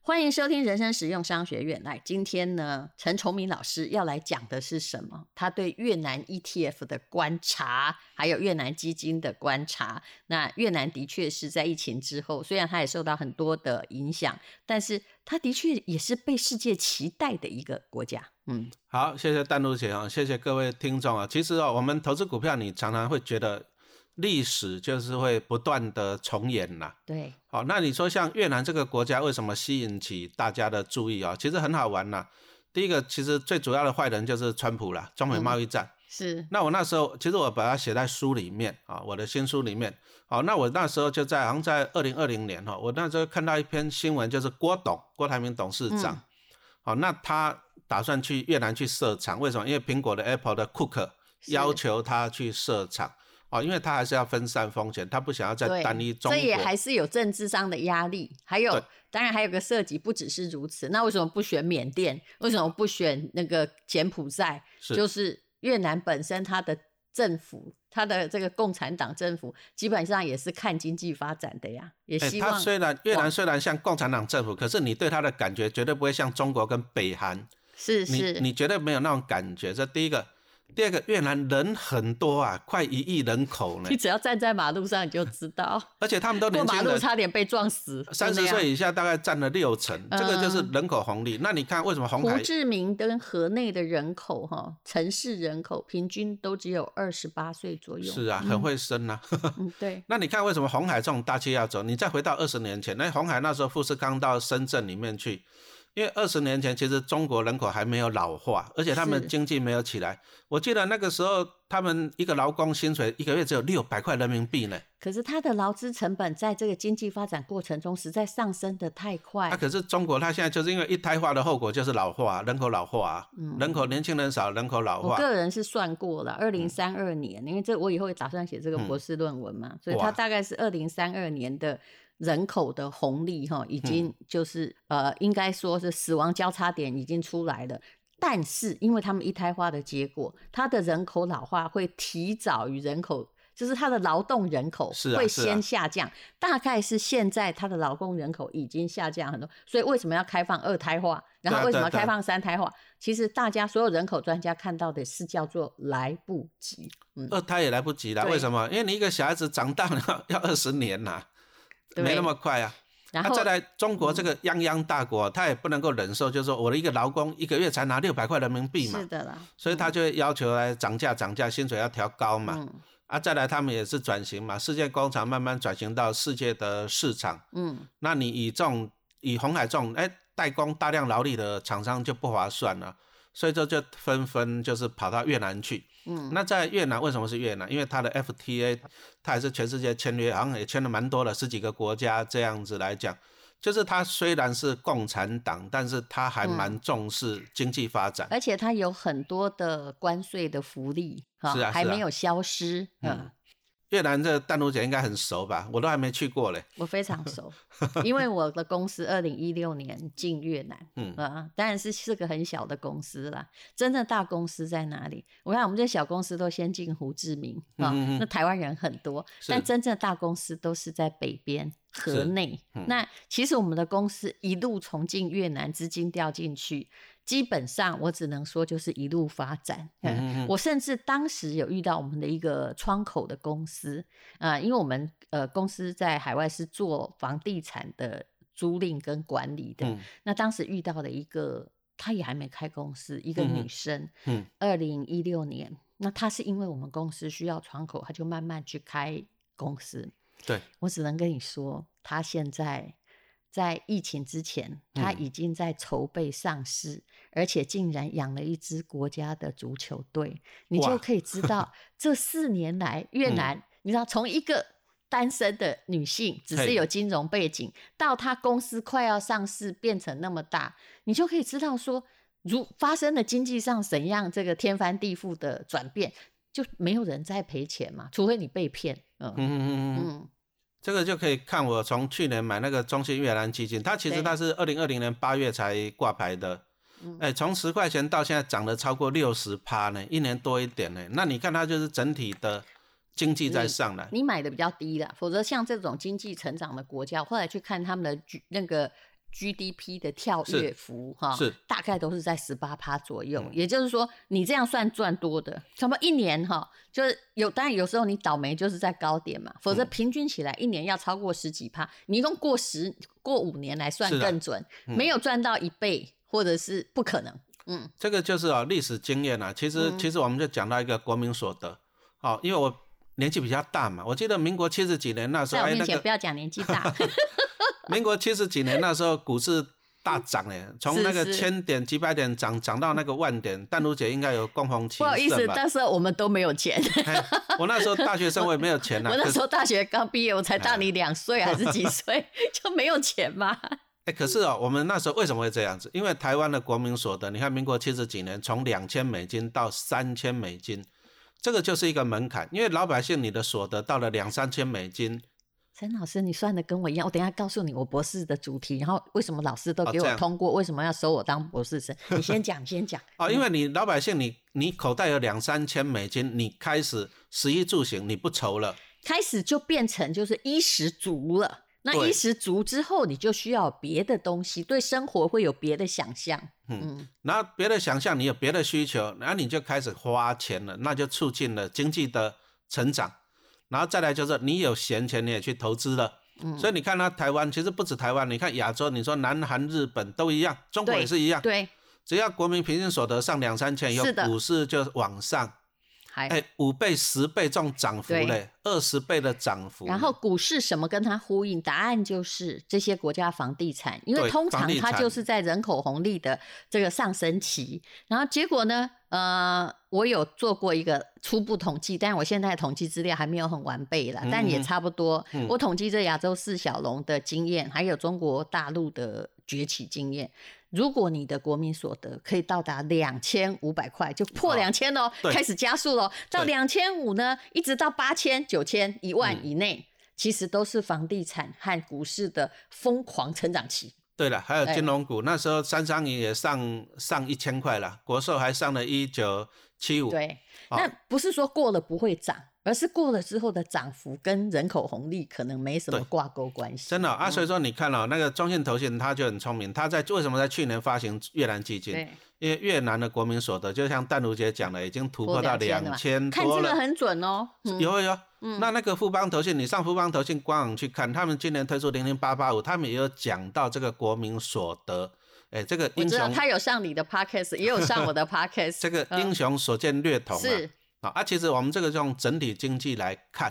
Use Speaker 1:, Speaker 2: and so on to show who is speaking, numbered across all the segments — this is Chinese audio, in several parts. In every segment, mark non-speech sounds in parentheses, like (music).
Speaker 1: 欢迎收听人生实用商学院。来，今天呢，陈崇明老师要来讲的是什么？他对越南 ETF 的观察，还有越南基金的观察。那越南的确是在疫情之后，虽然它也受到很多的影响，但是它的确也是被世界期待的一个国家。嗯，
Speaker 2: 好，谢谢淡如姐啊，谢谢各位听众啊。其实啊、哦，我们投资股票，你常常会觉得历史就是会不断的重演啦、
Speaker 1: 对，
Speaker 2: 好、那你说像越南这个国家为什么吸引起大家的注意啊、其实很好玩啦、第一个，其实最主要的坏人就是川普啦，中美贸易战。
Speaker 1: 是，
Speaker 2: 那我那时候其实我把它写在书里面啊，我的新书里面。好、那我那时候就在好像在二零二零年哈、我那时候看到一篇新闻，就是郭董郭台铭董事
Speaker 1: 嗯
Speaker 2: 长，好、那他打算去越南去设厂，为什么？因为苹果的 Apple 的 Cook
Speaker 1: 是
Speaker 2: 要求他去设厂。哦，因为他还是要分散风险，他不想要在
Speaker 1: 对，
Speaker 2: 单一中
Speaker 1: 这
Speaker 2: 国。
Speaker 1: 也还是有政治上的压力，还有
Speaker 2: 对
Speaker 1: 当然还有个涉及，不只是如此。那为什么不选缅甸？为什么不选那个柬埔寨？
Speaker 2: 是
Speaker 1: 就是越南本身它的政府，它的这个共产党政府基本上也是看经济发展的呀，也
Speaker 2: 哎
Speaker 1: 希
Speaker 2: 他
Speaker 1: 望、
Speaker 2: 虽然越南虽然像共产党政府，可是你对他的感觉绝对不会像中国跟北韩，
Speaker 1: 是
Speaker 2: 你
Speaker 1: 是
Speaker 2: 你绝对没有那种感觉。这第一个，第二个，越南人很多啊，快一亿人口呢
Speaker 1: 你，只要站在马路上你就知
Speaker 2: (laughs)
Speaker 1: 道，
Speaker 2: 而且他们都
Speaker 1: 过
Speaker 2: 年
Speaker 1: 马
Speaker 2: 轻
Speaker 1: 路
Speaker 2: 人，
Speaker 1: 差点被撞死。就
Speaker 2: 三
Speaker 1: 那
Speaker 2: 十
Speaker 1: 样
Speaker 2: 岁以下大概占了六成，这个就是
Speaker 1: 嗯
Speaker 2: 人口红利。那你看为什么红
Speaker 1: 胡
Speaker 2: 海
Speaker 1: 志明跟河内的人口哈，城市人口平均都只有二十八岁左右。
Speaker 2: 是啊，
Speaker 1: 嗯
Speaker 2: 很会生啊？ (laughs)
Speaker 1: 嗯，对，
Speaker 2: 那你看为什么红海这种大企业要走？你再回到二十年前，那红海那时候富士康到深圳里面去，因为二十年前其实中国人口还没有老化，而且他们
Speaker 1: 是
Speaker 2: 经济没有起来。我记得那个时候，他们一个劳工薪水一个月只有六百块人民币呢，
Speaker 1: 可是它的劳资成本在这个经济发展过程中实在上升的太快。
Speaker 2: 那、啊可是中国它现在就是因为一胎化的后果就是老化，人口老化、啊，人口年轻人少，人口
Speaker 1: 嗯
Speaker 2: 老
Speaker 1: 我
Speaker 2: 化。
Speaker 1: 个人是算过
Speaker 2: 嗯
Speaker 1: 了，二零三二年，因为这我以后也打算写这个博士论文嘛，所以它
Speaker 2: 哇
Speaker 1: 大概是二零三二年的人口的红利哈，
Speaker 2: 嗯
Speaker 1: 已经就是、呃，应该说是死亡交叉点已经出来了。但是，因为他们一胎化的结果，它的人口老化会提早于人口，就是它的劳动人口
Speaker 2: 是啊
Speaker 1: 会
Speaker 2: 是啊
Speaker 1: 先下降，大概是现在它的劳动人口已经下降很多，所以为什么要开放二胎化？然
Speaker 2: 对
Speaker 1: 后
Speaker 2: 啊
Speaker 1: 为什
Speaker 2: 对啊
Speaker 1: 么
Speaker 2: 对啊
Speaker 1: 开放三胎化？其实大家所有人口专家看到的是叫做来不及，嗯，
Speaker 2: 二胎也来不及了，
Speaker 1: 对
Speaker 2: 为什么？因为你一个小孩子长大了要二十年呐、
Speaker 1: 对
Speaker 2: 没那么快啊。
Speaker 1: 然
Speaker 2: 那、
Speaker 1: 后嗯
Speaker 2: 再来，中国这个泱泱大国，他也不能够忍受，就是说我的一个劳工一个月才拿六百块人民币
Speaker 1: 是
Speaker 2: 嘛，
Speaker 1: 的啦，
Speaker 2: 所以他就会要求来涨价，涨价，薪水要调高嘛。
Speaker 1: 嗯
Speaker 2: 啊，再来，他们也是转型嘛，世界工厂慢慢转型到世界的市场。
Speaker 1: 嗯，
Speaker 2: 那你以这种以红海这种哎代工大量劳力的厂商就不划算了，所以这就纷纷就是跑到越南去。嗯，那在越南为什么是越南？因为它的 FTA 它也是全世界签约，好像也签了蛮多的，十几个国家这样子来讲。就是它虽然是共产党，但是它还蛮重视经济发展。
Speaker 1: 而且它有很多的关税的福利哈，
Speaker 2: 是啊
Speaker 1: 还
Speaker 2: 是啊
Speaker 1: 没有消失，嗯，
Speaker 2: 越南这淡如姐应该很熟吧？我都还没去过嘞。
Speaker 1: 我非常
Speaker 2: (laughs)
Speaker 1: 熟，因为我的公司二零一六年进越南，嗯
Speaker 2: 嗯
Speaker 1: 啊，当然是是个很小的公司啦。真正大公司在哪里？我看我们这小公司都先进胡志明啊，
Speaker 2: 嗯嗯嗯
Speaker 1: 那台湾人很多，
Speaker 2: 是
Speaker 1: 但真正大公司都是在北边河内。
Speaker 2: 嗯
Speaker 1: 那其实我们的公司一路从进越南资金掉进去，基本上我只能说就是一路发展。嗯我甚至当时有遇到我们的一个窗口的公司，啊，因为我们呃公司在海外是做房地产的租赁跟管理的，
Speaker 2: 嗯
Speaker 1: 那当时遇到的一个，她也还没开公司，一个
Speaker 2: 嗯哼
Speaker 1: 女生，
Speaker 2: 嗯，
Speaker 1: 二零一六年，那她是因为我们公司需要窗口，她就慢慢去开公司。
Speaker 2: 对，
Speaker 1: 我只能跟你说，她现在在疫情之前，她
Speaker 2: 嗯
Speaker 1: 已经在筹备上市，而且竟然养了一支国家的足球队，你
Speaker 2: 哇嗯
Speaker 1: 就可以知
Speaker 2: (laughs)
Speaker 1: 道这四年来越南，你知道从一个。单身的女性，只是
Speaker 2: 嘿
Speaker 1: 有金融背景，到她公司快要上市变成那么大，你就可以知道说，如发生了经济上怎样这个天翻地覆的转变，就没有人在赔钱嘛，除非你被骗。嗯
Speaker 2: 嗯嗯嗯嗯。
Speaker 1: 嗯，
Speaker 2: 这个就可以看我从去年买那个中信越南基金，它其
Speaker 1: 对
Speaker 2: 实它是二零二零年八月才挂牌的，
Speaker 1: 嗯
Speaker 2: 哎、从十块钱到现在涨了超过六十趴呢，一年多一点呢。那你看它就是整体的经济在上来，
Speaker 1: 你买的比较低啦，否则像这种经济成长的国家，我后来去看他们的 G 那个 GDP 的跳跃幅哈，
Speaker 2: 是嗯
Speaker 1: 大概都是在十八趴左右。也就是说，你这样算赚多的，差不多一年哈，就是有，当然有时候你倒霉就是在高点嘛，否则
Speaker 2: 嗯
Speaker 1: 平均起来一年要超过十几趴，你用过十过五年来算
Speaker 2: 是的嗯
Speaker 1: 更准，没有赚到一倍或者是不可能。嗯，
Speaker 2: 这个就是啊历史经验啊。其实、其实我们就讲到一个国民所得，哦，因为我年纪比较大嘛，我记得民国七十几年那时
Speaker 1: 在
Speaker 2: 候，
Speaker 1: 我
Speaker 2: 哎，
Speaker 1: 面
Speaker 2: 那
Speaker 1: 前
Speaker 2: 个
Speaker 1: 不要讲年纪大，
Speaker 2: (laughs) 民国七十几年那时候股市大涨哎，从那个
Speaker 1: 是
Speaker 2: 千点几百点涨涨到那个万点，淡如姐应该有共同期
Speaker 1: 不好意思
Speaker 2: 盛，吧？
Speaker 1: 但是我们都没有钱。
Speaker 2: 哎我那时候大学生，我也没有钱呐、
Speaker 1: (laughs) 我那
Speaker 2: 可是啊
Speaker 1: 时候大学刚毕业，我才大你两岁还是几
Speaker 2: (laughs)
Speaker 1: 岁，就没有钱嘛。
Speaker 2: 哎、可是哦，我们那时候为什么会这样子？因为台湾的国民所得，你看民国七十几年从两千美金到三千美金，这个就是一个门槛。因为老百姓你的所得到了两三千美金，
Speaker 1: 陈老师，你算的跟我一样，我等一下告诉你我博士的主题，然后为什么老师都
Speaker 2: 哦
Speaker 1: 给
Speaker 2: 这
Speaker 1: 我
Speaker 2: 样
Speaker 1: 通过，为什么要收我当博士
Speaker 2: (laughs)
Speaker 1: 生？你先讲，你先讲。
Speaker 2: 哦，因为你老百姓你你口袋有两三千美金，你开始食衣住行你不愁了，
Speaker 1: 开始就变成就是衣食足了。那
Speaker 2: 对
Speaker 1: 衣食足之后，你就需要有别的东西，对生活会有别的想象。嗯，
Speaker 2: 然后别的想象你有别的需求，然后你就开始花钱了，那就促进了经济的成长。然后再来就是你有闲钱你也去投资了，
Speaker 1: 嗯
Speaker 2: 所以你看它台湾其实不止台湾，你看亚洲，你说南韩、日本都一样，中国
Speaker 1: 对
Speaker 2: 也是一样，
Speaker 1: 对，
Speaker 2: 只要国民平均所得上两三千以后
Speaker 1: 是，的
Speaker 2: 股市就往上，
Speaker 1: 还、
Speaker 2: 哎，五倍、十倍这种涨幅
Speaker 1: 对
Speaker 2: 嘞，二十倍的涨幅嘞，
Speaker 1: 然后股市什么跟它呼应？答案就是这些国家房地产，因为
Speaker 2: 对
Speaker 1: 通
Speaker 2: 房
Speaker 1: 常
Speaker 2: 地
Speaker 1: 它
Speaker 2: 产
Speaker 1: 就是在人口红利的这个上升期。然后结果呢？呃，我有做过一个初步统计，但我现在统计资料还没有很完备啦，但也
Speaker 2: 嗯
Speaker 1: 差不多。
Speaker 2: 嗯
Speaker 1: 我统计这亚洲四小龙的经验，还有中国大陆的崛起经验。如果你的国民所得可以到达两千五百块，就破
Speaker 2: 哇
Speaker 1: 两千喽，
Speaker 2: 啊对
Speaker 1: 开始加速喽，到
Speaker 2: 对嗯
Speaker 1: 两千五呢，一直到八千、九千、一万以内，其实都是房地产和股市的疯狂成长期。
Speaker 2: 对了，还有
Speaker 1: 对
Speaker 2: 金融股，那时候三商银也上上一千块了，国寿还上了一九七五，
Speaker 1: 对，
Speaker 2: 好
Speaker 1: 那不是说过了不会涨，而是过了之后的涨幅跟人口红利可能没什么
Speaker 2: 对
Speaker 1: 挂钩关系。
Speaker 2: 真的哦、啊，所以说你看哦，那个中信投信他就很聪明，他在为什么在去年发行越南基金？
Speaker 1: 对，
Speaker 2: 因为越南的国民所得，就像淡如姐讲的，已经突破到
Speaker 1: 2000了
Speaker 2: 两
Speaker 1: 嘛
Speaker 2: 千
Speaker 1: 看
Speaker 2: 多
Speaker 1: 这
Speaker 2: 了
Speaker 1: 个。很准哦。嗯
Speaker 2: 有有有，
Speaker 1: 嗯
Speaker 2: 那那个富邦投信，你上富邦投信官网去看，他们今年推出零零八八五，他们也有讲到这个国民所得，哎，这个
Speaker 1: 我
Speaker 2: 英
Speaker 1: 知道
Speaker 2: 雄，
Speaker 1: 他有上你的 podcast，也有上我
Speaker 2: (laughs)
Speaker 1: 的 podcast。
Speaker 2: 这个
Speaker 1: 嗯
Speaker 2: 英雄所见略同啊。
Speaker 1: 是
Speaker 2: 啊啊，其实我们这个用整体经济来看，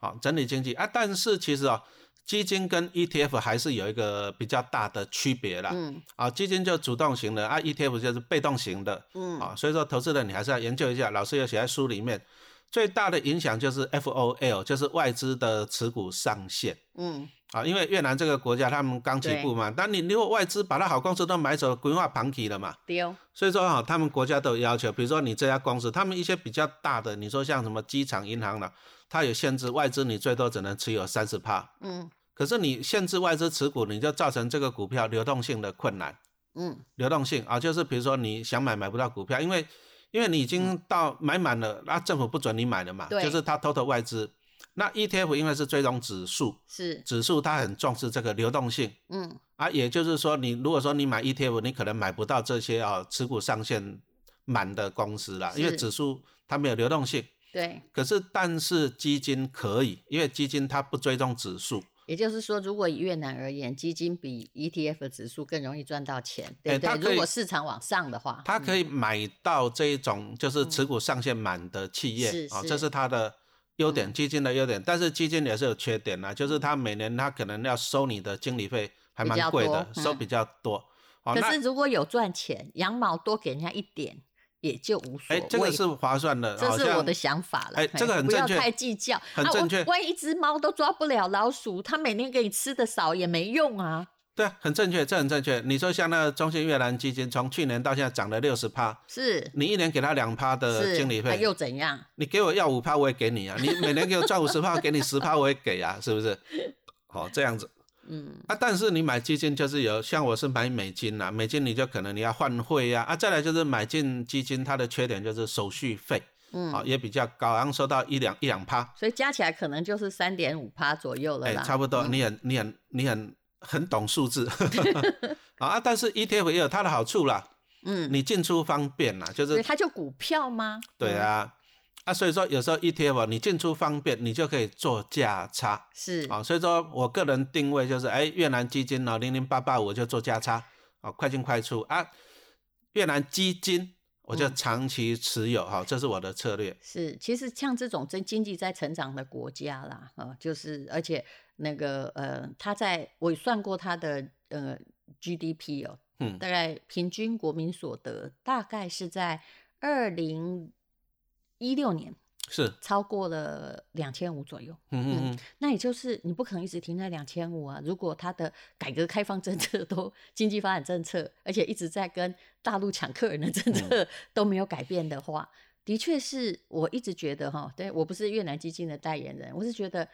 Speaker 2: 啊，整体经济啊，但是其实啊、基金跟 ETF 还是有一个比较大的区别啦。
Speaker 1: 嗯
Speaker 2: 啊，基金就主动型的啊，ETF 就是被动型的
Speaker 1: 嗯，
Speaker 2: 啊，所以说投资人你还是要研究一下，老师有写在书里面。最大的影响就是 FOL，就是外资的持股上限
Speaker 1: 嗯，
Speaker 2: 啊，因为越南这个国家他们刚起步嘛，但你如果外资把它好公司都买走，规划盘起了嘛，
Speaker 1: 丢
Speaker 2: 所以说哈、他们国家都有要求，比如说你这家公司，他们一些比较大的，你说像什么机场银行了、它有限制外资，你最多只能持有三十趴。
Speaker 1: 嗯
Speaker 2: 可是你限制外资持股，你就造成这个股票流动性的困难。
Speaker 1: 嗯，
Speaker 2: 流动性啊，就是比如说你想买买不到股票，因为因为你已经到买满了，那、政府不准你买了嘛，
Speaker 1: 对
Speaker 2: 就是他偷偷外资。那 ETF 因为是追踪指数，
Speaker 1: 是
Speaker 2: 指数它很重视这个流动性。
Speaker 1: 嗯
Speaker 2: 啊，也就是说，你如果说你买 ETF，你可能买不到这些啊、持股上限满的公司啦，因为
Speaker 1: 是
Speaker 2: 指数它没有流动性。
Speaker 1: 对。
Speaker 2: 可是，但是基金可以，因为基金它不追踪指数。
Speaker 1: 也就是说，如果以越南而言，基金比 ETF 的指数更容易赚到钱，对
Speaker 2: 哎
Speaker 1: 不对？
Speaker 2: 它可以
Speaker 1: 如果市场往上的话，嗯
Speaker 2: 它可以买到这一种就是持股上限满的企业
Speaker 1: 是
Speaker 2: 啊、
Speaker 1: 是嗯
Speaker 2: 这是它的优点，基金的优点。但是基金也是有缺点啦，就是它每年它可能要收你的经理费，还
Speaker 1: 比较
Speaker 2: 蛮贵
Speaker 1: 多
Speaker 2: 的，收
Speaker 1: 嗯
Speaker 2: 比较多。哦，
Speaker 1: 可
Speaker 2: 那
Speaker 1: 是如果有赚钱，羊毛多给人家一点也就无所
Speaker 2: 哎
Speaker 1: 谓。，
Speaker 2: 这个是划算的，
Speaker 1: 这
Speaker 2: 好
Speaker 1: 是我
Speaker 2: 像
Speaker 1: 的想法了。
Speaker 2: 哎这个很
Speaker 1: 不要
Speaker 2: 正确
Speaker 1: 太计较，
Speaker 2: 很正确
Speaker 1: 啊我。万一一只猫都抓不了老鼠，它每天给你吃的少也没用啊。
Speaker 2: 对啊，很正确，这很正确。你说像那个中信越南基金，从去年到现在涨了六十趴，
Speaker 1: 是
Speaker 2: 你一年给他两趴的
Speaker 1: 是，
Speaker 2: 呃经理
Speaker 1: 那
Speaker 2: 费，
Speaker 1: 又怎样？
Speaker 2: 你给我要五趴我也给你啊，你每年给我赚五十趴，给你十趴我也给啊，是不是？哦，这样子
Speaker 1: 嗯，
Speaker 2: 啊，但是你买基金就是有，像我是买美金啦、美金你就可能你要换汇呀、啊，再来就是买进基金它的缺点就是手续费
Speaker 1: 嗯
Speaker 2: 啊、哦也比较高，然后收到一两一两趴，
Speaker 1: 所以加起来可能就是三点五趴左右了
Speaker 2: 哎、
Speaker 1: 啦。
Speaker 2: 差不多，
Speaker 1: 嗯
Speaker 2: 你很你很你很很懂
Speaker 1: (laughs)
Speaker 2: 数字 (laughs) 啊，但是 ETF 也有它的好处啦，
Speaker 1: 嗯，
Speaker 2: 你进出方便啦，就
Speaker 1: 所以
Speaker 2: 是
Speaker 1: 它就股票吗？
Speaker 2: 对
Speaker 1: 嗯，
Speaker 2: 啊，啊，所以说有时候 ETF 哦你进出方便，你就可以做价差
Speaker 1: 是
Speaker 2: 啊，所以说我个人定位就是，哎，越南基金呢零零八八我就做价差啊，快进快出啊，越南基金我就
Speaker 1: 嗯
Speaker 2: 长期持有哈、这是我的策略，
Speaker 1: 是，其实像这种真经济在成长的国家啦，呃，就是而且那个呃，它在我算过它的呃 GDP 哦，
Speaker 2: 嗯
Speaker 1: 大概平均国民所得大概是在二零一六年
Speaker 2: 是，
Speaker 1: 超过了两千五左右。
Speaker 2: 嗯嗯
Speaker 1: 那也就是你不可能一直停在两千五啊。如果它的改革开放政策 (laughs) 都经济发展政策，而且一直在跟大陆抢客人的
Speaker 2: 嗯
Speaker 1: 政策 (laughs) 都没有改变的话，的确是我一直觉得哈，对我不是越南基金的代言人，我是觉得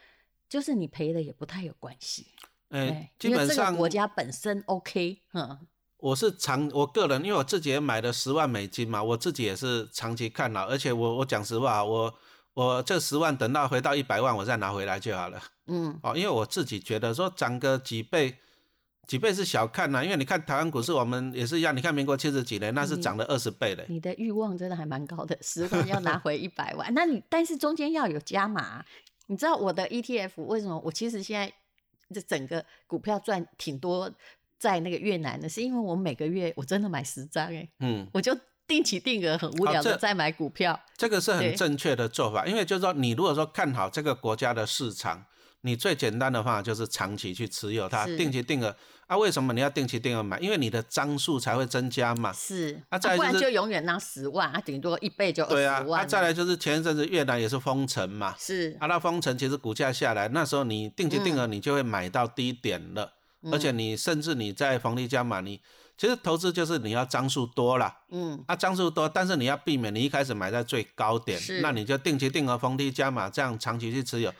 Speaker 1: 就是你赔了也不太有关系，
Speaker 2: 嗯，哎
Speaker 1: 哎，
Speaker 2: 基
Speaker 1: 因为
Speaker 2: 本
Speaker 1: 这
Speaker 2: 上
Speaker 1: 个国家本身 OK，嗯，
Speaker 2: 我是长，我个人因为我自己也买了十万美金嘛，我自己也是长期看了，而且我我讲实话啊，我我这十万等到回到一百万，我再拿回来就好了。
Speaker 1: 嗯，
Speaker 2: 哦，因为我自己觉得说涨个几倍，几倍是小看啦、因为你看台湾股市，我们也是一样，你看民国七十几年那是
Speaker 1: 嗯
Speaker 2: 涨了二十倍嘞。
Speaker 1: 你的欲望真的还蛮高的，十万要拿回一百万，那你但是中间要有加码啊。你知道我的 ETF 为什么？我其实现在这整个股票赚挺多，在那个越南的，是因为我每个月我真的买十张哎、
Speaker 2: 嗯，
Speaker 1: 我就定期定额很无
Speaker 2: 好
Speaker 1: 聊的
Speaker 2: 这
Speaker 1: 在买股票，
Speaker 2: 这个是
Speaker 1: 对
Speaker 2: 很正确的做法，因为就是说，你如果说看好这个国家的市场，你最简单的方法就是长期去持有它，
Speaker 1: 是
Speaker 2: 定期定额。啊，为什么你要定期定额买？因为你的张数才会增加嘛。
Speaker 1: 是，
Speaker 2: 啊再来
Speaker 1: 不然
Speaker 2: 就是
Speaker 1: 就永远拿十万啊，顶多一倍就二
Speaker 2: 对啊
Speaker 1: 十，
Speaker 2: 那、
Speaker 1: 万、
Speaker 2: 再来就是前一阵子越南也是封城嘛，
Speaker 1: 是，
Speaker 2: 啊，那封城其实股价下来，那时候你定期
Speaker 1: 嗯
Speaker 2: 定额你就会买到低点了，而且你甚至你在房地加码，你其实投资就是你要张数多啦，
Speaker 1: 嗯，
Speaker 2: 啊，张数多，但是你要避免你一开始买在最高点
Speaker 1: 是，
Speaker 2: 那你就定期定额逢低加码，这样长期去持有。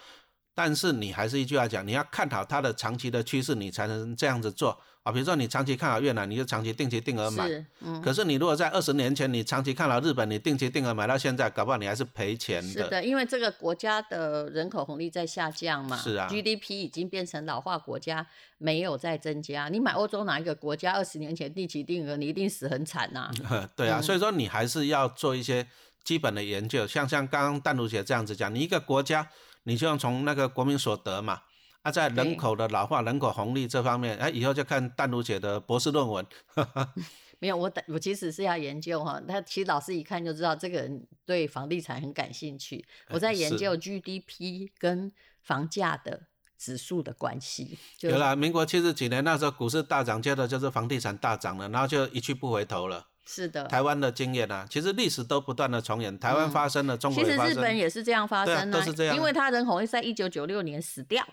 Speaker 2: 但是你还是一句话讲，你要看好它的长期的趋势，你才能这样子做啊。比如说你长期看好越南，你就长期定期定额买。
Speaker 1: 是，嗯，
Speaker 2: 可是你如果在二十年前，你长期看好日本，你定期定额买到现在，搞不好你还是赔钱
Speaker 1: 是的，因为这个国家的人口红利在下降嘛，
Speaker 2: 是啊
Speaker 1: GDP 已经变成老化国家，没有再增加。你买欧洲哪一个国家二十年前定期定额，你一定死很惨呐、
Speaker 2: (laughs) 对啊，
Speaker 1: 嗯
Speaker 2: 所以说你还是要做一些基本的研究，像像刚刚淡如姐这样子讲，你一个国家，你就要从那个国民所得嘛，啊，在
Speaker 1: 对
Speaker 2: 人口的老化、人口红利这方面，哎、以后就看淡如姐的博士论文。
Speaker 1: 没有，我等我其实是要研究哈，那其实老师一看就知道这个人对房地产很感兴趣。我
Speaker 2: 哎
Speaker 1: 在研
Speaker 2: 是
Speaker 1: 究 GDP 跟房价的指数的关系，就
Speaker 2: 有啦，民国七十几年那时候股市大涨，接着就是房地产大涨了，然后就一去不回头了。
Speaker 1: 是的，
Speaker 2: 台湾的经验啊，其实历史都不断的重演，台湾发生了，中
Speaker 1: 其
Speaker 2: 国
Speaker 1: 实
Speaker 2: 也发
Speaker 1: 日
Speaker 2: 生
Speaker 1: 本
Speaker 2: 了。
Speaker 1: 也是这样发
Speaker 2: 对啊
Speaker 1: 生
Speaker 2: 都是这样
Speaker 1: 因
Speaker 2: 啊
Speaker 1: 为它人口会在一九九六年死掉，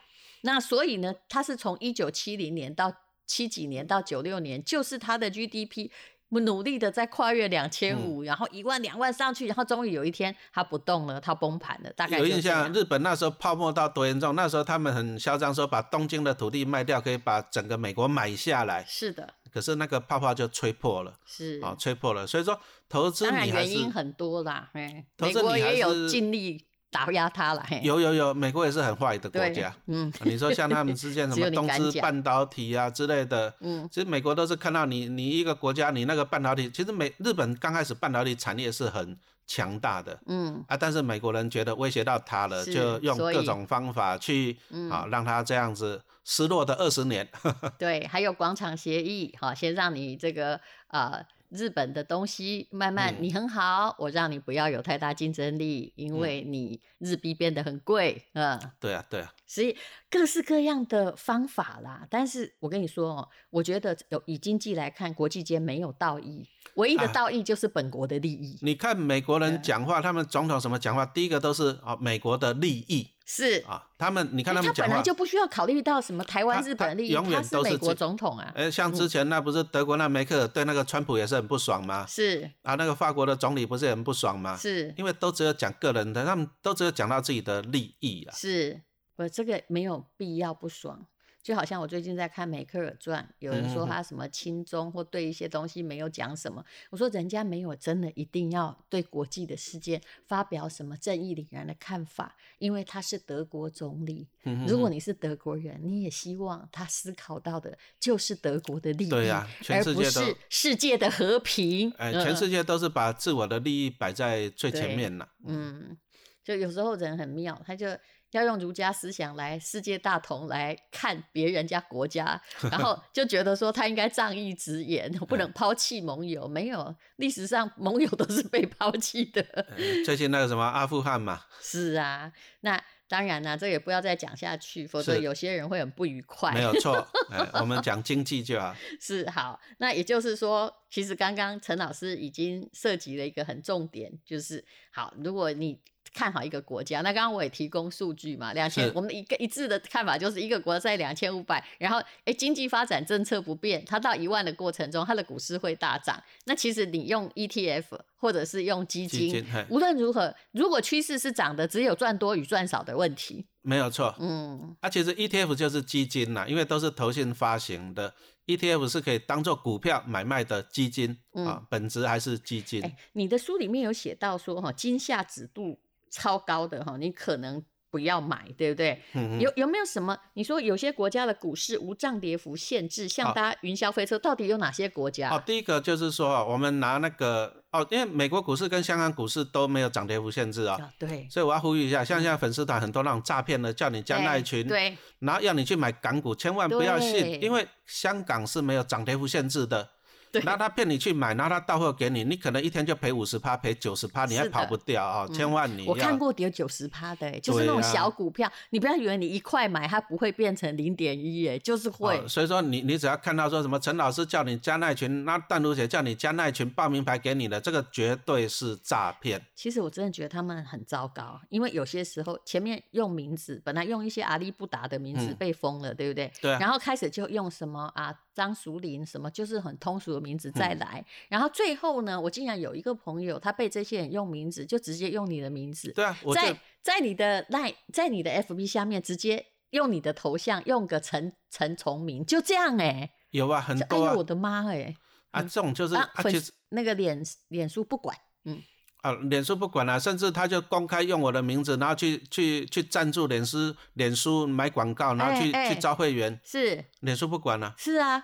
Speaker 1: 那所以呢，它是从一九七零年到七几年到九六年，就是它的 GDP 努力的在跨越两千
Speaker 2: 嗯
Speaker 1: 五，然后一万两万上去，然后终于有一天它不动了，它崩盘了，大概
Speaker 2: 有
Speaker 1: 就
Speaker 2: 印
Speaker 1: 这
Speaker 2: 象，啊
Speaker 1: 样
Speaker 2: 日本那时候泡沫到多严重？那时候他们很嚣张，说把东京的土地卖掉，可以把整个美国买下来。
Speaker 1: 是的，
Speaker 2: 可是那个泡泡就吹破了
Speaker 1: 是。
Speaker 2: 啊、吹破了。所以说投资
Speaker 1: 嗯当然
Speaker 2: 你还
Speaker 1: 原
Speaker 2: 是
Speaker 1: 因很多啦，哎，
Speaker 2: 投
Speaker 1: 美
Speaker 2: 资
Speaker 1: 国
Speaker 2: 你还
Speaker 1: 也有
Speaker 2: 是
Speaker 1: 尽力打压它了，嘿，
Speaker 2: 有有有，美国也是很坏的国
Speaker 1: 对
Speaker 2: 家。
Speaker 1: 嗯
Speaker 2: 啊你说像他们之间什
Speaker 1: 只有
Speaker 2: 么
Speaker 1: 你
Speaker 2: 东
Speaker 1: 敢
Speaker 2: 芝
Speaker 1: 讲
Speaker 2: 半导体啊之类的，
Speaker 1: (laughs) 嗯，
Speaker 2: 其实美国都是看到你你一个国家你那个半导体，其实美日本刚开始半导体产业是很强大的
Speaker 1: 嗯，
Speaker 2: 啊，但是美国人觉得威胁到他了，
Speaker 1: 是
Speaker 2: 就用
Speaker 1: 所
Speaker 2: 各
Speaker 1: 以嗯
Speaker 2: 种方法去啊让他这样子失落的二十年。 (laughs)
Speaker 1: 对，还有广场协议，哈，先让你这个呃日本的东西慢慢、
Speaker 2: 嗯
Speaker 1: 你很好，我让你不要有太大竞争力，因为你日币变得很贵，嗯，
Speaker 2: 对啊对啊，
Speaker 1: 所以各式各样的方法啦。但是我跟你说哦，我觉得有以经济来看，国际间没有道义，唯一的
Speaker 2: 啊
Speaker 1: 道义就是本国的利益，
Speaker 2: 你看美国
Speaker 1: 对啊
Speaker 2: 人讲话，他们总统什么讲话，第一个都是啊美国的利益
Speaker 1: 是。
Speaker 2: 啊，他们你看
Speaker 1: 因为
Speaker 2: 们
Speaker 1: 他
Speaker 2: 讲
Speaker 1: 本来
Speaker 2: 话。
Speaker 1: 就不需要考虑到什么台湾、
Speaker 2: 他
Speaker 1: 日本的
Speaker 2: 他
Speaker 1: 利益，
Speaker 2: 永
Speaker 1: 他
Speaker 2: 远
Speaker 1: 是
Speaker 2: 都是
Speaker 1: 美国
Speaker 2: 自己
Speaker 1: 总统啊，
Speaker 2: 哎，像之前那不是德国那梅克尔对那个川普也是很不爽吗？
Speaker 1: 是
Speaker 2: 啊，那个法国的总理不是也很不爽吗？
Speaker 1: 是，
Speaker 2: 因为都只有讲个人的，他们都只有讲到自己的利益啊。
Speaker 1: 是，我这个没有必要不爽。就好像我最近在看《梅克尔传》，有人
Speaker 2: 嗯
Speaker 1: 说他什么亲中或对一些东西没有讲什么，我说人家没有真的一定要对国际的事件发表什么正义凛然的看法，因为他是德国总理。
Speaker 2: 嗯
Speaker 1: 如果你是德国人，你也希望他思考到的就是德国的利益，
Speaker 2: 对呀、全
Speaker 1: 而
Speaker 2: 世
Speaker 1: 不
Speaker 2: 界都
Speaker 1: 是世界的和平。
Speaker 2: 哎，
Speaker 1: 嗯
Speaker 2: 全世界都是把自我的利益摆在最前面了。
Speaker 1: 嗯，就有时候人很妙，他就要用儒家思想来世界大同来看别人家国
Speaker 2: (laughs)
Speaker 1: 家，然后就觉得说他应该仗义执言，不能抛弃盟友。没有，历史上盟友都是被抛弃的。
Speaker 2: (laughs) 哎最近那个什么阿富汗嘛，
Speaker 1: 是啊，那当然啦、这也不要再讲下去，否则
Speaker 2: 是
Speaker 1: 有些人会很不愉快。
Speaker 2: 没有错。哎，我们讲经济
Speaker 1: (laughs)
Speaker 2: 就好。
Speaker 1: 是好，那也就是说，其实刚刚陈老师已经涉及了一个很重点，就是好，如果你看好一个国家，那刚刚我也提供数据嘛，两千
Speaker 2: 是，
Speaker 1: 我们一个一致的看法就是一个国家在两千五百，然后诶经济发展政策不变，它到一万的过程中，它的股市会大涨。那其实你用 ETF 或者是用基金，
Speaker 2: 基金，哎，
Speaker 1: 无论如何，如果趋势是涨的，只有赚多与赚少的问题。
Speaker 2: 没有错。
Speaker 1: 嗯，
Speaker 2: 啊，其实 ETF 就是基金啦，因为都是投信发行的，ETF 是可以当做股票买卖的基金啊
Speaker 1: 嗯，
Speaker 2: 本质还是基金
Speaker 1: 哎、。你的书里面有写到说，哈，惊吓指度超高的哈，你可能不要买，对不对？
Speaker 2: 嗯
Speaker 1: 有有没有什么？你说有些国家的股市无涨跌幅限制，像
Speaker 2: 好
Speaker 1: 搭云霄飞车，到底有哪些国家？
Speaker 2: 哦，第一个就是说啊，我们拿那个哦，因为美国股市跟香港股市都没有涨跌幅限制啊、
Speaker 1: 啊，对，
Speaker 2: 所以我要呼吁一下，像现在粉丝团很多那种诈骗的，叫你加
Speaker 1: 对
Speaker 2: 赖群，
Speaker 1: 哎对，
Speaker 2: 然后要你去买港股，千万不要
Speaker 1: 对
Speaker 2: 信，因为香港是没有涨跌幅限制的。
Speaker 1: 对
Speaker 2: 然后他骗你去买，然后他到货给你，你可能一天就赔五十趴，赔九十趴，你还
Speaker 1: 是的
Speaker 2: 跑不掉啊、
Speaker 1: 嗯
Speaker 2: 千万你要。
Speaker 1: 我看过跌九十趴的、哎就是
Speaker 2: 对
Speaker 1: 那种
Speaker 2: 啊
Speaker 1: 小股票，你不要以为你一块买，它不会变成零点一，哎，就是会。
Speaker 2: 哦所以说你你只要看到说什么陈老师叫你加那群，那淡如姐叫你加那群报名牌给你的，这个绝对是诈骗。
Speaker 1: 其实我真的觉得他们很糟糕，因为有些时候前面用名字，本来用一些阿里不达的名字
Speaker 2: 嗯
Speaker 1: 被封了，对不对？
Speaker 2: 对啊
Speaker 1: 然后开始就用什么啊张淑玲什么，就是很通俗的名字
Speaker 2: 嗯
Speaker 1: 再来。然后最后呢，我竟然有一个朋友，他被这些人用名字，就直接用你的名字，
Speaker 2: 对啊，我就
Speaker 1: 在在你的 line，在你的 FB 下面直接用你的头像，用个陈陈崇明，就这样哎、
Speaker 2: 有啊，很
Speaker 1: 这哎
Speaker 2: 多啊
Speaker 1: 呦我的妈哎、
Speaker 2: 啊，这种就是
Speaker 1: 啊
Speaker 2: 啊，
Speaker 1: 粉
Speaker 2: 其
Speaker 1: 丝
Speaker 2: 实
Speaker 1: 那个脸脸书不管，嗯，
Speaker 2: 啊，脸书不管了、甚至他就公开用我的名字，然后去去去赞助脸书脸书买广告，然后去、
Speaker 1: 哎哎
Speaker 2: 去招会员，
Speaker 1: 是。
Speaker 2: 脸书不管了、啊。
Speaker 1: 是啊，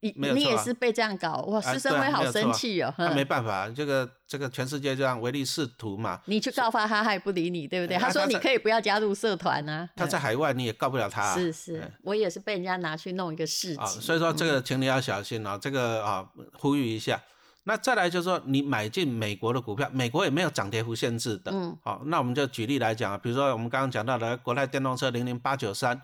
Speaker 1: 你
Speaker 2: 没有
Speaker 1: 你
Speaker 2: 错
Speaker 1: 也
Speaker 2: 啊
Speaker 1: 是被这样搞，哇，
Speaker 2: 啊
Speaker 1: 师生
Speaker 2: 对啊
Speaker 1: 会
Speaker 2: 没
Speaker 1: 好
Speaker 2: 有
Speaker 1: 生
Speaker 2: 错啊
Speaker 1: 气哦。
Speaker 2: 那
Speaker 1: 哼
Speaker 2: 没办法，这个这个全世界这样唯利是图嘛。
Speaker 1: 你去告发他，他也不理你，对不对？
Speaker 2: 哎
Speaker 1: 他
Speaker 2: 他
Speaker 1: 说你
Speaker 2: 在
Speaker 1: 可以不要加入社团啊。
Speaker 2: 他在
Speaker 1: 嗯
Speaker 2: 海外你也告不了他、啊。
Speaker 1: 是是
Speaker 2: 哎，
Speaker 1: 我也是被人家拿去弄一个市
Speaker 2: 啊，
Speaker 1: 集。
Speaker 2: 所以说
Speaker 1: 嗯
Speaker 2: 这个请你要小心啊、这个啊呼吁一下。那再来就是说，你买进美国的股票，美国也没有涨跌幅限制的。
Speaker 1: 嗯，
Speaker 2: 好、那我们就举例来讲啊，比如说我们刚刚讲到的国泰电动车零零八九三，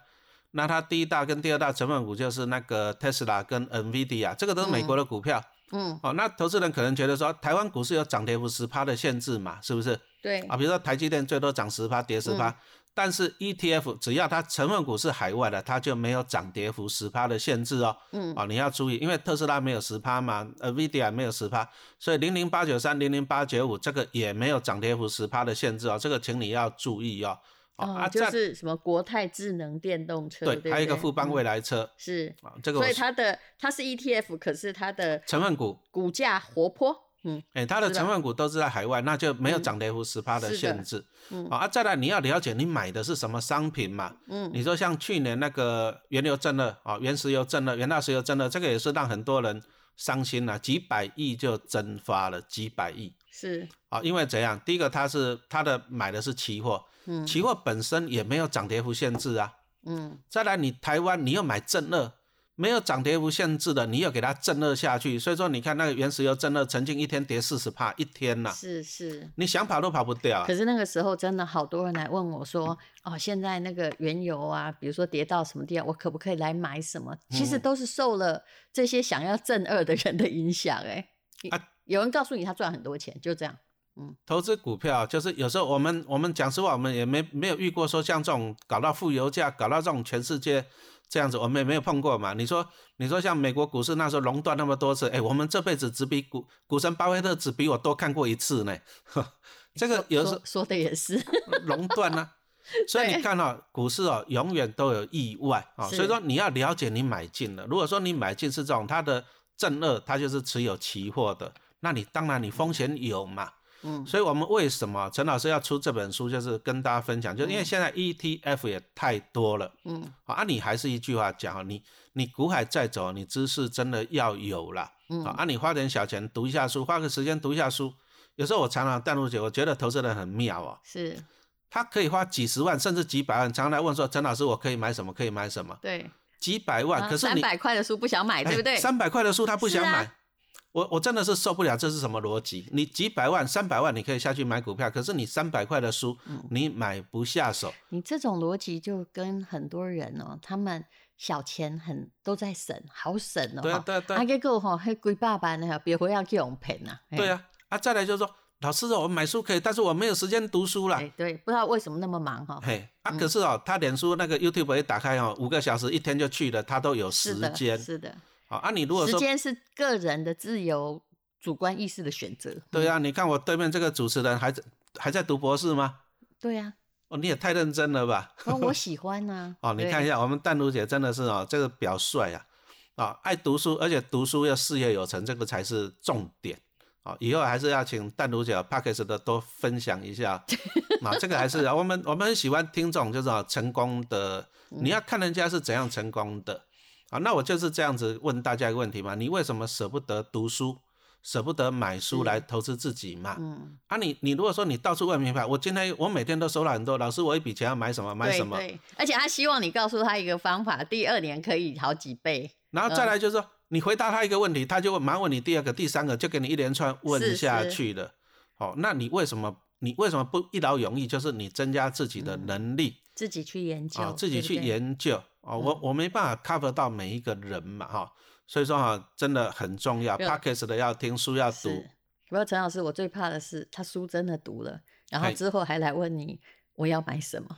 Speaker 2: 那它第一大跟第二大成分股就是那个 Tesla 跟 NVIDIA，这个都是美国的股票。
Speaker 1: 嗯，
Speaker 2: 哦，那投资人可能觉得说，台湾股市有涨跌幅十趴的限制嘛，是不是？
Speaker 1: 对，
Speaker 2: 啊，比如说台积电最多涨十趴，跌十趴、但是 ETF 只要它成分股是海外的，它就没有涨跌幅十趴的限制哦。
Speaker 1: 嗯
Speaker 2: 哦，你要注意，因为特斯拉没有十趴嘛，NVIDIA 呃没有十趴，所以零零八九三、零零八九五这个也没有涨跌幅十趴的限制哦，这个请你要注意哦。哦
Speaker 1: 哦，就
Speaker 2: 再
Speaker 1: 是什么国泰智能电动车，对不
Speaker 2: 对，
Speaker 1: 对，
Speaker 2: 还有一个富邦未
Speaker 1: 嗯
Speaker 2: 来车
Speaker 1: 是，
Speaker 2: 啊、这个我
Speaker 1: 所以
Speaker 2: 是
Speaker 1: 它的它是 ETF，可是它的
Speaker 2: 成分股，
Speaker 1: 股价活泼，嗯
Speaker 2: 哎，它的
Speaker 1: 是的
Speaker 2: 成分股都是在海外，那就没有
Speaker 1: 嗯
Speaker 2: 涨跌幅十趴的
Speaker 1: 是的
Speaker 2: 限制。
Speaker 1: 嗯
Speaker 2: 哦啊，再来你要了解你买的是什么商品嘛。
Speaker 1: 嗯，
Speaker 2: 你说像去年那个原油正热啊、哦原石油正热、原大石油正热，这个也是让很多人伤心了、几百亿就蒸发了，几百亿
Speaker 1: 是，
Speaker 2: 啊、哦因为怎样？第一个，它是它的买的是期货，
Speaker 1: 嗯
Speaker 2: 期货本身也没有涨跌幅限制啊。
Speaker 1: 嗯
Speaker 2: 再来，你台湾你又买正热，没有涨跌幅限制的，你又给它正热下去，所以说你看那个原石油正热曾经一天跌四十帕，一天呐、
Speaker 1: 是是。
Speaker 2: 你想跑都跑不掉、啊嗯
Speaker 1: 可。是那个时候真的好多人来问我说，哦，现在那个原油啊，比如说跌到什么地方，我可不可以来买什么？其实
Speaker 2: 嗯
Speaker 1: 都是受了这些想要正二的人的影响、欸，哎、
Speaker 2: 啊
Speaker 1: 有人告诉你他赚很多钱，就这样，
Speaker 2: 投资股票就是有时候我们我们讲实话，我们也没没有遇过说像这种搞到负油价，搞到这种全世界这样子，我们也没有碰过嘛。你说你说像美国股市那时候熔断那么多次，哎，我们这辈子只比股股神巴菲特 (laughs) 只比我多看过一次呢。这个
Speaker 1: 说
Speaker 2: 有时
Speaker 1: 说
Speaker 2: 候 (laughs)
Speaker 1: 说的也是， (laughs)
Speaker 2: 熔断呢、啊所以你看到、股市哦，永远都有意外啊、
Speaker 1: 是
Speaker 2: 所以说你要了解你买进了。如果说你买进是这种它的正二，它就是持有期货的，那你当然你风险有嘛。
Speaker 1: 嗯，
Speaker 2: 所以我们为什么陈老师要出这本书，就是跟大家分享，就是因为现在 ETF 也太多了。
Speaker 1: 嗯
Speaker 2: 啊，你还是一句话讲啊，你你股海再走，你知识真的要有啦。
Speaker 1: 嗯
Speaker 2: 啊，你花点小钱读一下书，花个时间读一下书。有时候我常常淡如姐，我觉得投资人很妙哦，
Speaker 1: 是
Speaker 2: 他可以花几十万甚至几百万，常常来问说陈老师，我可以买什么？可以买什么？
Speaker 1: 对。
Speaker 2: 几百万，可是
Speaker 1: 啊三
Speaker 2: 你
Speaker 1: 百块的书不想买，对不对？
Speaker 2: 哎三百块的书他不想
Speaker 1: 是啊
Speaker 2: 买，我我真的是受不了，这是什么逻辑？你几百万、三百万你可以下去买股票，可是你三百块的书
Speaker 1: 嗯
Speaker 2: 你买不下手。
Speaker 1: 你这种逻辑就跟很多人哦，他们小钱很都在省，好省哦。
Speaker 2: 对啊
Speaker 1: 哈
Speaker 2: 对啊对啊
Speaker 1: 啊，结果吼，迄几百万呢，别回要去用骗呐。嘿
Speaker 2: 对，啊，啊，再来就是说，老师，我买书可以，但是我没有时间读书啦。
Speaker 1: 哎嗯对，不知道为什么那么忙哈。
Speaker 2: 嘿，啊，可是哦，他脸书那个 YouTube 一打开哦，五个小时一天就去了，他都有时
Speaker 1: 是的，
Speaker 2: 间。
Speaker 1: 是的，
Speaker 2: 好啊，你如果
Speaker 1: 时
Speaker 2: 说
Speaker 1: 间是个人的自由、主观意识的选择。嗯
Speaker 2: 对啊，你看我对面这个主持人还在还在读博士吗？
Speaker 1: 对
Speaker 2: (laughs)
Speaker 1: 啊，
Speaker 2: 哦，你也太认真了吧！。
Speaker 1: 可哦我喜欢呐
Speaker 2: (laughs) 哦，你看一
Speaker 1: 下，
Speaker 2: 下，我们淡如姐真的是哦，这个表率啊，啊、爱读书，而且读书要事业有成，这个才是重点。哦，以后还是要请淡如姐 p a c k a g e 的多分享
Speaker 1: (laughs)
Speaker 2: 一下。啊，这个还是我们我们很喜欢听这种就是、哦、成功的，
Speaker 1: 嗯
Speaker 2: 你要看人家是怎样成功的。啊，那我就是这样子问大家一个问题嘛，你为什么舍不得读书，舍不得买书来投资自己嘛？
Speaker 1: 嗯，
Speaker 2: 啊你，你如果说你到处问名牌，我今天我每天都收了很多，老师我一笔钱要买什么买
Speaker 1: 对
Speaker 2: 什么，
Speaker 1: 对，而且他希望你告诉他一个方法，第二年可以好几倍。
Speaker 2: 然后再来就是说，你回答他一个问题，他就马上问你第二个、第三个，就给你一连串问
Speaker 1: 是
Speaker 2: 下
Speaker 1: 是
Speaker 2: 去了。好、那你为什么你为什么不一劳永逸？就是你增加自己的能力
Speaker 1: 自己去研究，
Speaker 2: 啊、自己
Speaker 1: 嗯对不
Speaker 2: 去
Speaker 1: 对，嗯
Speaker 2: 研究哦。我我没办法 cover 到每一个人嘛，哈、所以说哈、真的很重要 p
Speaker 1: 对
Speaker 2: o c k e t 的要听，书要读
Speaker 1: 是。不过陈老师，我最怕的是他书真的读了，然后
Speaker 2: 哎
Speaker 1: 之后还来问你我要买什么。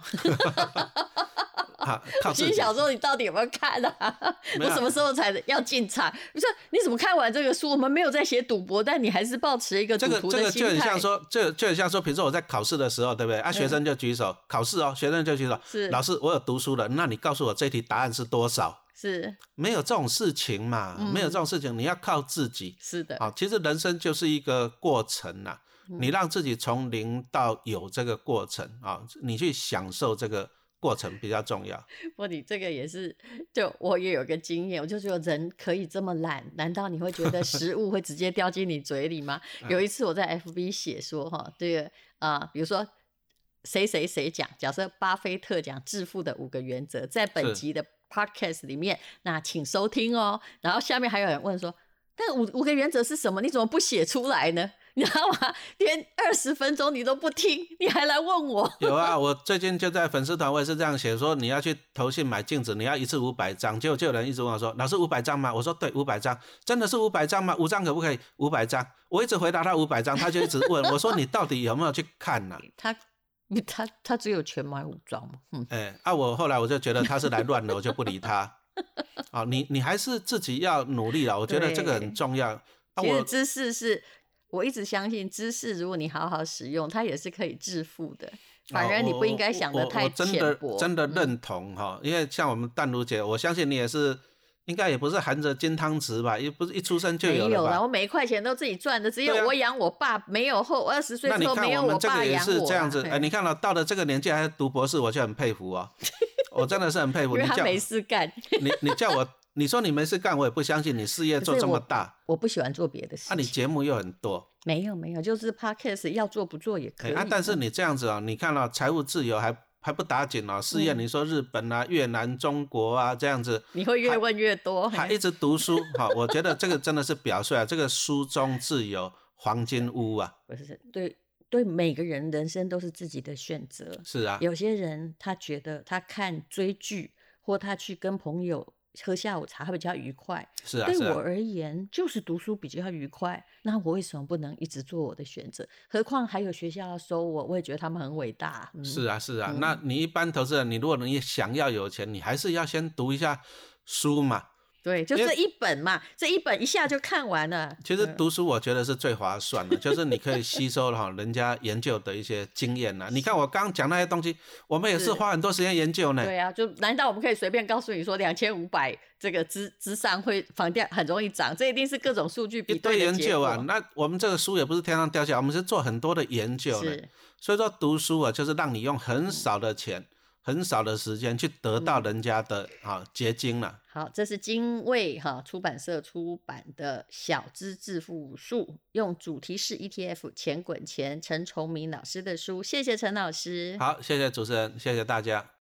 Speaker 2: 啊，
Speaker 1: (laughs)
Speaker 2: 靠
Speaker 1: 我
Speaker 2: 自
Speaker 1: 心
Speaker 2: 己。
Speaker 1: 想说你到底有没有看啊？
Speaker 2: (laughs) 没
Speaker 1: 我
Speaker 2: 有
Speaker 1: 什么时候才要进场？你说你怎么看完这个书？我们没有在写赌博，但你还是抱持一个
Speaker 2: 这
Speaker 1: 赌
Speaker 2: 个
Speaker 1: 徒
Speaker 2: 这
Speaker 1: 的
Speaker 2: 个就
Speaker 1: 心
Speaker 2: 很像
Speaker 1: 态。嗯
Speaker 2: 说，这就很像说，比如说我在考试的时候，对不对？啊，学生就举手，考试哦，学生就举手，
Speaker 1: 是
Speaker 2: 老师，我有读书了，那你告诉我这题答案是多少？
Speaker 1: 是
Speaker 2: 没有这种事情嘛，
Speaker 1: 嗯
Speaker 2: 没有这种事情，你要靠自己。
Speaker 1: 是的，
Speaker 2: 好，其实人生就是一个过程呐、你让自己从零到有这个过程啊，你去享受这个过程比较重要。
Speaker 1: 不过你这个也是，就我也有个经验，我就觉得人可以这么懒，难道你会觉得食物会直接掉进你嘴里吗？有一次我在 FB 写说哈，这个啊、比如说。谁谁谁讲？假设巴菲特讲致富的五个原则，在本
Speaker 2: 是
Speaker 1: 集的 podcast 里面，那请收听哦。然后下面还有人问说，但五五个原则是什么？你怎么不写出来呢？ (laughs) 你知道吗？连二十分钟你都不听，你还来问我？
Speaker 2: 有啊，我最近就在粉丝团，我也是这样写，说你要去投信买镜子，你要一次五百张，结果就有人一直问我说：“老师五百张吗？”我说：“对，五百张，真的是五百张吗？五张可不可以？五百张。”我一直回答他五百张，他就一直问我说：“你到底有没有去看呢、
Speaker 1: 他他他只有全买五张嘛，嗯，
Speaker 2: 哎、啊，我后来我就觉得他是来乱的，我就不理他。啊，你你还是自己要努力了，我觉得这个
Speaker 1: 对
Speaker 2: 很重要。啊，
Speaker 1: 其实
Speaker 2: 我
Speaker 1: 知识是我一直相信，知识如果你好好使用，它也是可以致富的。反
Speaker 2: 哦
Speaker 1: 而你
Speaker 2: 我
Speaker 1: 不应该
Speaker 2: 我
Speaker 1: 想
Speaker 2: 我
Speaker 1: 的
Speaker 2: 我
Speaker 1: 太
Speaker 2: 真
Speaker 1: 浅
Speaker 2: 的
Speaker 1: 薄，
Speaker 2: 真的
Speaker 1: 嗯
Speaker 2: 认同哈、因为像我们淡如姐，我相信你也是，应该也不是含着金汤匙吧，也不是一出生就
Speaker 1: 没有
Speaker 2: 了吧。
Speaker 1: 啦，我每一块钱都自己赚的，只
Speaker 2: 对
Speaker 1: 有
Speaker 2: 啊
Speaker 1: 我养我爸，没有后二十岁
Speaker 2: 那
Speaker 1: 之
Speaker 2: 你
Speaker 1: 后
Speaker 2: 看
Speaker 1: 没有
Speaker 2: 我们这
Speaker 1: 爸
Speaker 2: 个也
Speaker 1: 养
Speaker 2: 是
Speaker 1: 我啊
Speaker 2: 这样子，
Speaker 1: 啦
Speaker 2: 哎，你看了到了这个年纪还读博士，我就很佩服哦，我真的是很
Speaker 1: (laughs)
Speaker 2: 佩
Speaker 1: 因
Speaker 2: 服
Speaker 1: 为
Speaker 2: 你
Speaker 1: 他
Speaker 2: 叫
Speaker 1: 没事
Speaker 2: (laughs)
Speaker 1: 干，
Speaker 2: 你你叫我，你说你没事干，我也不相信你事业
Speaker 1: 可
Speaker 2: 做
Speaker 1: 是
Speaker 2: 这么
Speaker 1: 我
Speaker 2: 大，
Speaker 1: 我不喜欢做别的
Speaker 2: 啊，
Speaker 1: 事
Speaker 2: 你
Speaker 1: 情。
Speaker 2: 节目又很多，
Speaker 1: 没有没有，就是 podcast 要做不做也可
Speaker 2: 哎
Speaker 1: 以嘛。
Speaker 2: 啊，但是你这样子哦，你看了财务自由还还不打紧哦，事业
Speaker 1: 嗯
Speaker 2: 你说日本啊、越南、中国啊这样子，
Speaker 1: 你会越
Speaker 2: 还
Speaker 1: 问越多，
Speaker 2: 还
Speaker 1: 嘿
Speaker 2: 一直读书，
Speaker 1: (laughs)
Speaker 2: 哈，我觉得这个真的是表率啊，这个书中自有黄金屋啊，
Speaker 1: 不是对对每个人人生都是自己的选择。
Speaker 2: 是啊，
Speaker 1: 有些人他觉得他看追剧或他去跟朋友喝下午茶会比较愉快。
Speaker 2: 是啊，
Speaker 1: 对
Speaker 2: 是
Speaker 1: 我
Speaker 2: 啊，
Speaker 1: 而言，就是读书比较愉快。那我为什么不能一直做我的选择？何况还有学校要收我，我也觉得他们很伟大。嗯、
Speaker 2: 是
Speaker 1: 啊，
Speaker 2: 啊，是啊。那你一般投资人，你如果你想要有钱，你还是要先读一下书嘛。
Speaker 1: 对，就这一本嘛，这一本一下就看完了。
Speaker 2: (laughs)
Speaker 1: 嗯
Speaker 2: 其实读书我觉得是最划算
Speaker 1: (laughs)
Speaker 2: 的，就是你可以吸收哈人家研究的一些经验呐、啊。你看我刚刚讲那些东西，我们也是花很多时间研究呢。
Speaker 1: 对啊，就难道我们可以随便告诉你说两千五百这个之之上会房价很容易涨？这一定是各种数据比
Speaker 2: 对研究啊。那我们这个书也不是天上掉下来，我们是做很多的研究的。所以说读书啊，就是让你用很少的钱。嗯很少的时间去得到人家的啊、嗯哦、结晶了。
Speaker 1: 好，这是精卫哈出版社出版的《小资致富术》，用主题式 E ETF 钱滚钱，陈崇明老师的书。谢谢陈老师。
Speaker 2: 好，谢谢主持人，谢谢大家。